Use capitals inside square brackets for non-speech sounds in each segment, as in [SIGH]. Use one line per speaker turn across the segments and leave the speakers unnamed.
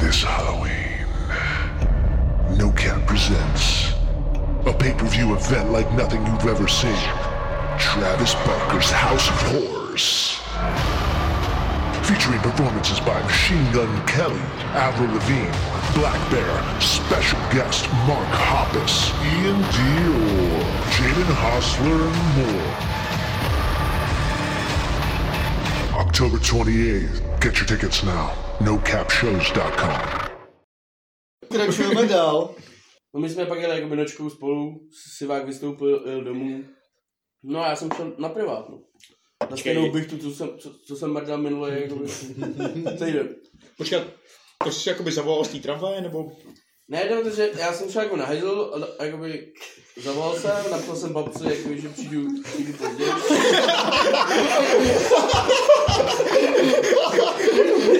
this Halloween, No Cat presents a pay-per-view event like nothing you've ever seen. Travis Barker's House of Horrors. Featuring performances by Machine Gun Kelly, Avril Lavigne, Black Bear, special guest Mark Hoppus, Ian Dior, Jaden Hostler, and more. October 28th. Get your tickets now. NoCapShows.com.
Pokračujeme dál.
No my jsme pak jeli jako nočkou spolu, Sivák vystoupil, jel domů. No a já jsem šel na privátnu. Na stejnou bych tu, co jsem, co, co jsem mrdal minule, jakoby, týden.
Počkat, to jsi jakoby zavolal z té tramvaje, nebo...
Ne, no, protože já jsem šel jako na hajzl, a da- jakoby zavolal jsem, napsal jsem babce, jakoby, že přijdu přijdu později.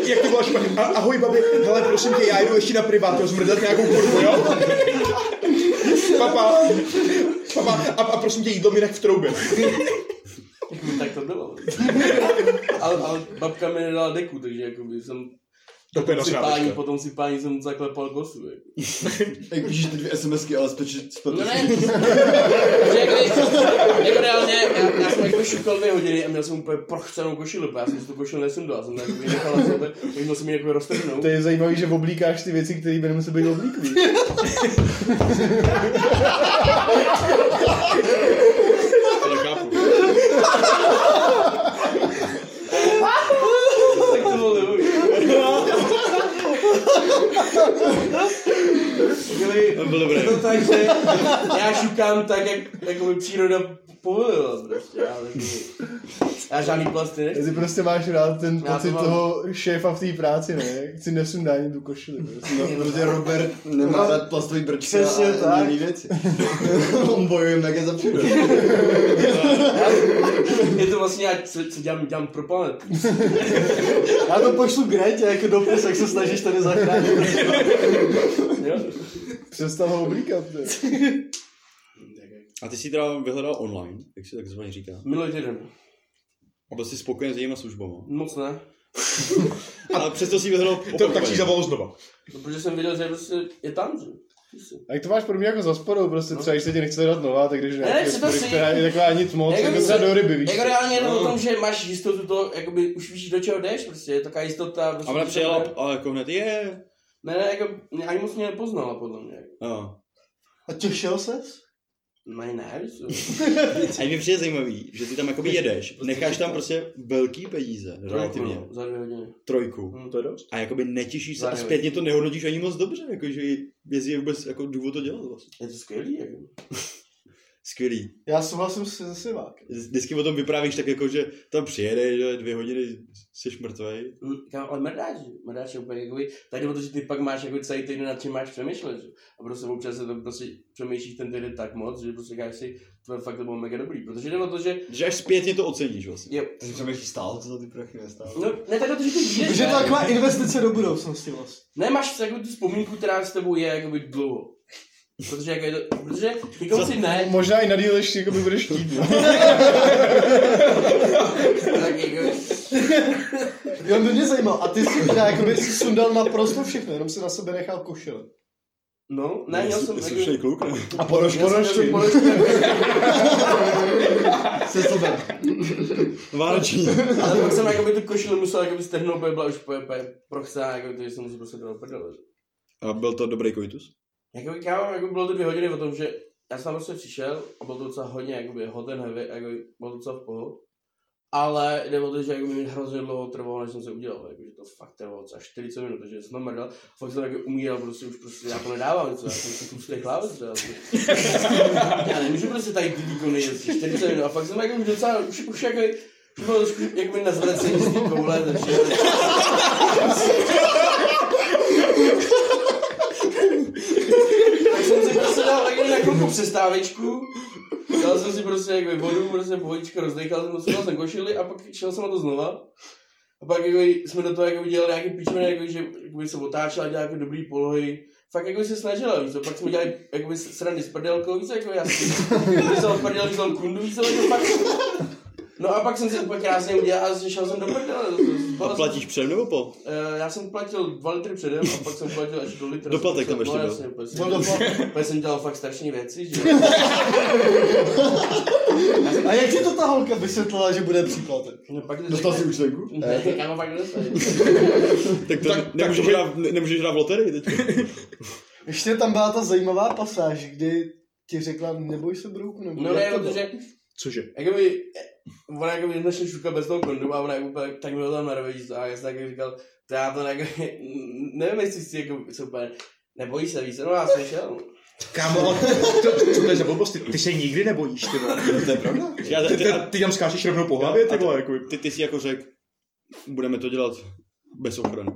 Jak to bylo špatně? A- Ahoj, babi, hele, prosím tě, já jdu ještě na privát, jo, zmrdat nějakou kurvu, jo? Papa, papa, a, a prosím tě, jídlo mi nech v troubě.
Tak to bylo. Ale, ale babka mi nedala deku, takže jakoby jsem
To je
sypání,
nasrábečka.
potom sypání jsem zaklepal kosu. Jako.
Jak píšeš ty dvě SMSky, ale spíš
No ne, že jako, jako reálně, já, já jsem jako šukal dvě hodiny a měl jsem úplně prochcenou košili, protože já jsem si tu košili nesundal, já jsem to jako nechal na sebe, tak měl jsem ji jako roztrhnout.
To je zajímavé, že oblíkáš ty věci, které by nemusely být oblíklý.
To nechápu.
Tak to bylo nebo.
Byl dobrý.
Takže já šukám tak, jak jako mi příroda povolila prostě. Já, jako, já žádný plasty nechci.
Ty prostě máš rád ten
Já to
pocit
mám.
toho šéfa v té práci, ne? Jak si nesundá ani tu košili. Prostě.
[LAUGHS]
No, protože Robert nemá
No,
rád plastový brčka
přesně
a
tak.
jiný věci. On bojuje mega za přírodu.
Je to vlastně, já, co, co dělám, dělám pro planetu.
Já to pošlu Gretě jako dopis, jak se snažíš tady zachránit.
Jo?
Přestal ho oblíkat. ne?
A ty si teda vyhledal online, jak se takzvaně říká.
Minulý týden.
A byl jsi spokojen s jejíma službama.
Moc ne.
Ale přesto si vyhledal
To, tak si zavolal znova.
No, protože jsem viděl, že prostě je tam, že?
A jak to máš pro mě jako za sporou, prostě
No.
třeba, když se tě nechce dát nová, tak když
Ne,
nějaký
chci to
hospody,
si-
která je taková nic moc,
Jako
jako
by
třeba
se-
do ryby, víš?
Jako reálně jenom o tom, že máš jistotu to, jakoby už víš, do čeho jdeš, prostě je taková jistota. Prostě,
A ona
že-
přijela a jako hned je.
Ne, ne, jako mě- ani moc mě nepoznala, podle mě.
No.
A těšil ses?
No ani ne, víš co?
A mi přijde zajímavý, že ty tam jakoby jedeš, necháš tam prostě velký peníze,
No,
relativně,
Za dvě hodiny.
trojku.
Hm.
To je dost.
A jakoby netěšíš se a
Zároveň.
zpětně to nehodnotíš ani moc dobře, jakože jestli je vůbec jako důvod to dělat vlastně.
Je to skvělý, jako.
Skvělý.
Já souhlasím se Sivákem.
Vždycky o tom vyprávíš tak jako, že tam přijedeš, že dvě hodiny jsi mrtvej.
Hm, Kam, ale mrdáš, že? mrdáš je úplně jakoby, tady o to, že ty pak máš jako celý týden nad čím máš přemýšlet, že? A prostě občas se to prostě přemýšlíš ten týden tak moc, že prostě říkáš si, to fakt to bylo mega dobrý, protože jde o to, že
Že až zpětně to oceníš vlastně.
je,
Takže přemýšlí stále, co za ty prachy nestále.
no, ne tak o to, že ty víš,
Takže to je taková investice do budoucnosti vlastně.
Nemáš jako tu vzpomínku, která s tebou je jakoby dlouho. Protože jako je to, protože ty konci ne,
Možná i na díl ještě jako by budeš chtít. no.
tak jako,
Jo, by mě zajímal. A ty jsi teda jakoby jsi sundal naprosto všechno, jenom si na sebe nechal košile.
no, ne, měl jsem
Jsi slušnej
jako,
kluk, ne?
A porožky. Porožky.
Se sebe.
Vánoční.
ale pak jsem jakoby tu košili musel jakoby strhnout, protože byla už úplně úplně prochcená, jako, takže jsem musel prostě dal prdele.
A byl to dobrý koitus?
Jakoby, kámo, jako bylo to dvě hodiny o tom, že já jsem tam prostě přišel a bylo to docela hodně, jakoby hot and heavy, jakoby, bylo to docela v pohodu. Ale jde o to, že jako mi hrozně dlouho trvalo, než jsem se udělal, jakože to fakt trvalo třeba 40 minut, takže jsem tam mrdal, fakt jsem jako umíral, prostě už prostě já to nedávám, co, já jsem si tlustý chlávec, co já jsem- já nemůžu prostě tady ty výkony jezdit 40 minut, a fakt jsem jako už docela, už, už jako, už bylo trošku jako mi na zvracení z té koule, takže... tak jsem si prostě dal jako na chvilku přestávečku, dal jsem si prostě jako vodu, prostě pohodička, rozdechal jsem, se, dal jsem košili a pak šel jsem na to znova. A pak jako jsme do toho jako dělali nějaký pičmeny, jako že jako se otáčela, dělala jako dobrý polohy. Fakt jako se snažila, víš co? pak jsme dělali jako srandy s prdelkou, víš co? jako já jsem vzal prdel, vzal kundu, víš co? jako pak... No a pak jsem si úplně krásně udělal a šel jsem do prdele.
A platíš předem nebo po?
Eh, já jsem platil 2 litry předem a pak jsem platil až do litru.
Doplatek tam ještě
no,
byl.
jasně, byl. Protože jsem dělal fakt strašné věci, že
A jak ti to ta holka vysvětlila, že bude příplatek?
no, pak to
Dostal si Eh. účtenku?
Ne, kámo, pak nedostal.
Tak to
Tak- tak
nemůžeš,
to by-
hrát, ne, nemůžeš hrát v loterii teď.
Ještě tam byla ta zajímavá pasáž, kdy ti řekla, neboj se brouku, nebo
No ne, protože
Cože?
jakoby, eh, ona jakoby našla šuka bez toho kondu a ona jakoby, tak mi ho tam narve a já jsem taky říkal, to já to jakoby, [LAUGHS] nevím, jestli si jako, co úplně, nebojíš se víc, no já jsem šel.
Kámo, ale to, to, co to je za blbosti? Ty se nikdy nebojíš, ty vole.
[LAUGHS] To je [LAUGHS] pravda. Já,
Ty,
ty,
ty,
a
ty tam skáčeš rovnou po hlavě, ty
A to-
vole, jako...
ty, ty jsi jako řekl, budeme to dělat bez ochrany.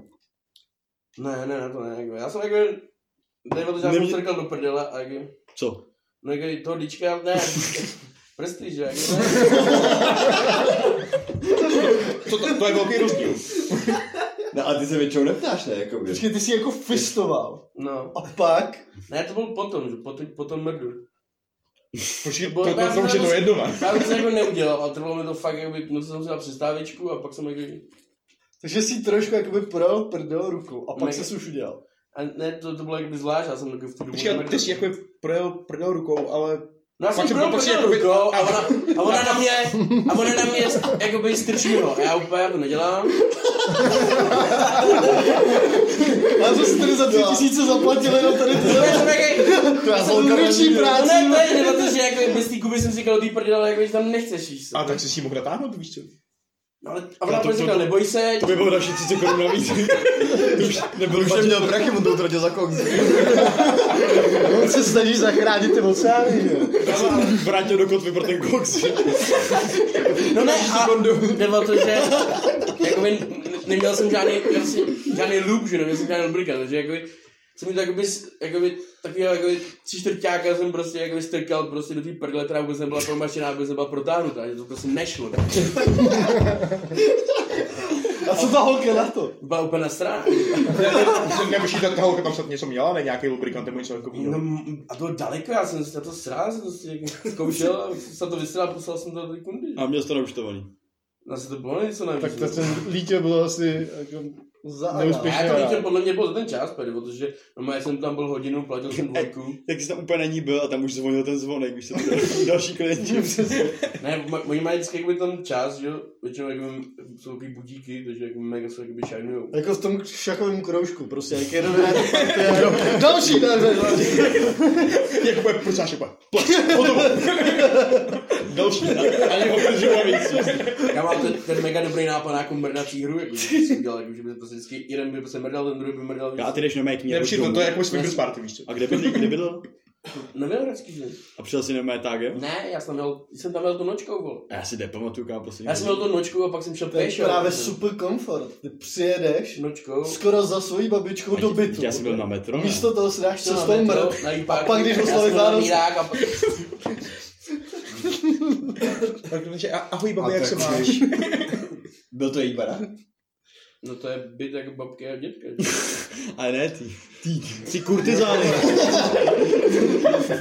Ne, ne, ne, to ne, jako, já jsem jako, nebo to, že já jsem
Nemě-
to říkal do prdele a jako,
Co?
No jako to líčka, ne, [LAUGHS] prsty, že? Jako,
To, to, to je velký rozdíl.
No a ty se většinou neptáš, ne? Jakoby. Počkej, ty jsi jako fistoval.
no.
A pak?
Ne, to bylo potom, že? Potom, potom mrdu.
Počkej,
Bo-
to, to, to, už je to jedno, ne?
Já jsem se jako neudělal, ale trvalo mi to fakt, jakoby, musel jsem si dát přestávičku a pak jsem jako...
Takže jsi trošku jakoby podal prdel rukou a pak
Ne.
se už udělal.
A ne, to, to bylo jakoby zvlášť, já jsem jako v tu dobu
Počkej, ale
nemrdl.
ty jsi jako prodal, prodal rukou, ale...
No já jsem
pak jsem
byl
byl
prostě
prostě
jakoby...
jakoby-
a ona,
[LAUGHS]
a ona na mě, a ona na mě jakoby strčí ho. A já úplně já to nedělám.
A to jsi tady za tři tisíce zaplatil jenom tady
To
tyhle
já jsem jaký...
to já jsem ruční
No
práci.
ne, to je, ne, protože jako bez té kuby jsem si říkal, ty prdele, jako, že tam nechceš jíst.
A tak jsi si mohl natáhnout, víš co?
No, ale, a ona
Já to-
prostě
to-
říkala, neboj se,
To by bylo další 30 korun [LAUGHS] navíc. To už nebyl už
[LAUGHS]
Už měl prachy, on to utratil za koks. [LAUGHS] on se snaží zachránit ty oceány, že? jo?
[LAUGHS] vrátil do kotvy pro ten koks.
No ne, a nebo to, že jakoby, neměl jsem žádný, jasně, žádný loop, že neměl jsem žádný lubrikant, takže jakoby, jsem mi to jakoby, s- jakoby takového jakoby tři čtvrtáka jsem prostě jakoby strkal prostě do té prdele, která vůbec nebyla promašená, vůbec nebyla protáhnutá, že to prostě nešlo.
A co ta holka na to?
Byla úplně na straně.
Nebo že ta ta holka tam snad něco měla, ne? Nějaký lubrikant nebo něco [LAUGHS]
No,
takového.
m- a to bylo daleko, já jsem si na to srál, jsem to si jako zkoušel, a jsem to vysílal a poslal jsem to do té kundy.
A měl jsi to naučtovaný.
Na se to bylo něco navíc.
Tak
no.
to ten lítě bylo asi jako
Za
Neúspěšně.
a já to viděl podle mě byl ten čas, tady, protože no, já jsem tam byl hodinu, platil jsem dvojku.
Jak jsi tam úplně na ní byl a tam už zvonil ten zvonek, víš co? [LAUGHS] Další klienti.
Ne, ma- oni mají vždycky jakoby ten čas, že jo, většinou jakoby jsou takový budíky, takže jako mega se jakoby šajnujou.
Jako v tom šachovém kroužku, prostě, jak jeden
[LAUGHS]
hraje partie, další den,
Jak úplně prcáš, úplně.
Další. Ani ho držel navíc.
Já mám ten, ten mega dobrý nápad na jako mrdací hru, jako že bych si udělal, jako, že by to prostě vždycky jeden by se mrdal, ten druhý by mrdal. víc.
A ty jdeš na mé knihy.
Nejlepší, to, to je jako swingers party, víš co?
A kde bydlí? Kde bydlel?
Neměl hradský že?
A přijel si na mé tágem?
Ne, já jsem, měl, jsem tam měl tu nočkou, vole.
Já si nepamatuju, kam poslední.
Já jsem měl tu nočkou a pak jsem šel
To je
pešo.
právě super komfort. Ty přijedeš
Nočkou.
skoro za svojí babičkou do bytu.
Já jsem byl na metro. ne?
Místo toho si dáš
šel na
cestou
metro,
mrt.
No, na jí
A
párku,
pak, když
já
dostali
jsem měl
Vánoce.
mírák a pak-
Tak to je, a- ahoj,
A
babi, jak
tak
se
víš.
máš?
Byl to její barák?
No to je byt jako babky a dětka.
[LAUGHS]
Ale ne ty. Ty. Jsi kurtizány.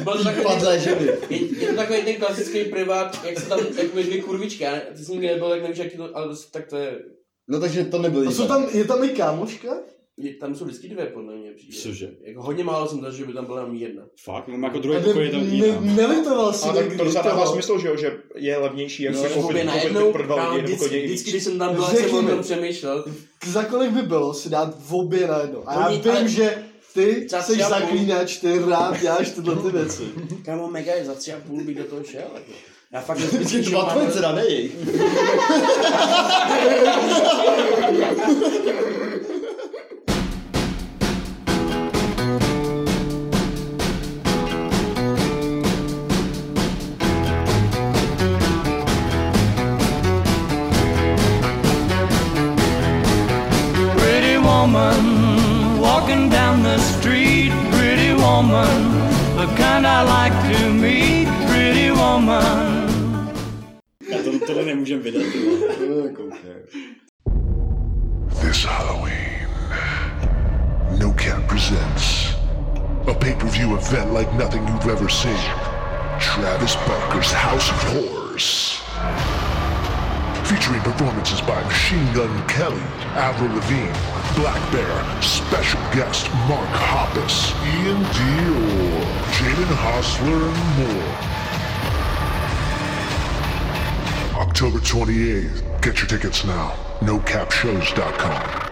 Byl to takový
Padlé ženy.
Je, je to takový ten klasický privát, jak se tam jakoby dvě kurvičky, já ne- ty jsi nikdy nebyl, tak nevíš, jaký to, ale prostě tak to je,
No takže to nebyl A jsou tam, je tam i kámoška?
je tam jsou vždycky dvě, podle mě přijde.
Cože?
Jako hodně málo jsem zažil, že by tam byla jenom jedna.
Fakt? Mám jako
A
druhý pokoj je
ne,
tam
ne,
jiná.
nelitoval si
A tak
prostě
to [LAUGHS]
někdy
docela dává
toho?
vlastně-
smysl, že jo, že je levnější, jak
No,
si
jako
koupit,
by
koupit
najednou,
pro dva
kámo,
lidi nebo
vždycky,
kolik
vždycky, když jsem tam byl,
Řekni
jsem o
mi.
tom přemýšlel.
Za kolik by bylo si dát v obě najednou? A já
Oni-
vím,
ale-
že ty
Za
jsi
tři a půl.
zaklínač, ty rád děláš tyhle ty věci.
Kámo, mega je za tři a půl bych do toho šel. Jako. Já fakt
Vždycky
nevím,
to
že
byla
mám...
tvoje dcera, ne jejich.
Pretty woman walking down the street. Pretty woman, the kind I like to meet. Pretty woman.
Já to, tohle nemůžem vydat. ty vole.
This Halloween, No Cap presents a pay per view event like nothing you've ever seen Travis Barker's House of Horrors. featuring performances by Machine Gun Kelly, Avril Lavigne, Black Bear, special guest Mark Hoppus, Ian Dior, Jaden Hostler, and more. October 28th. Get your tickets now. NoCapShows.com.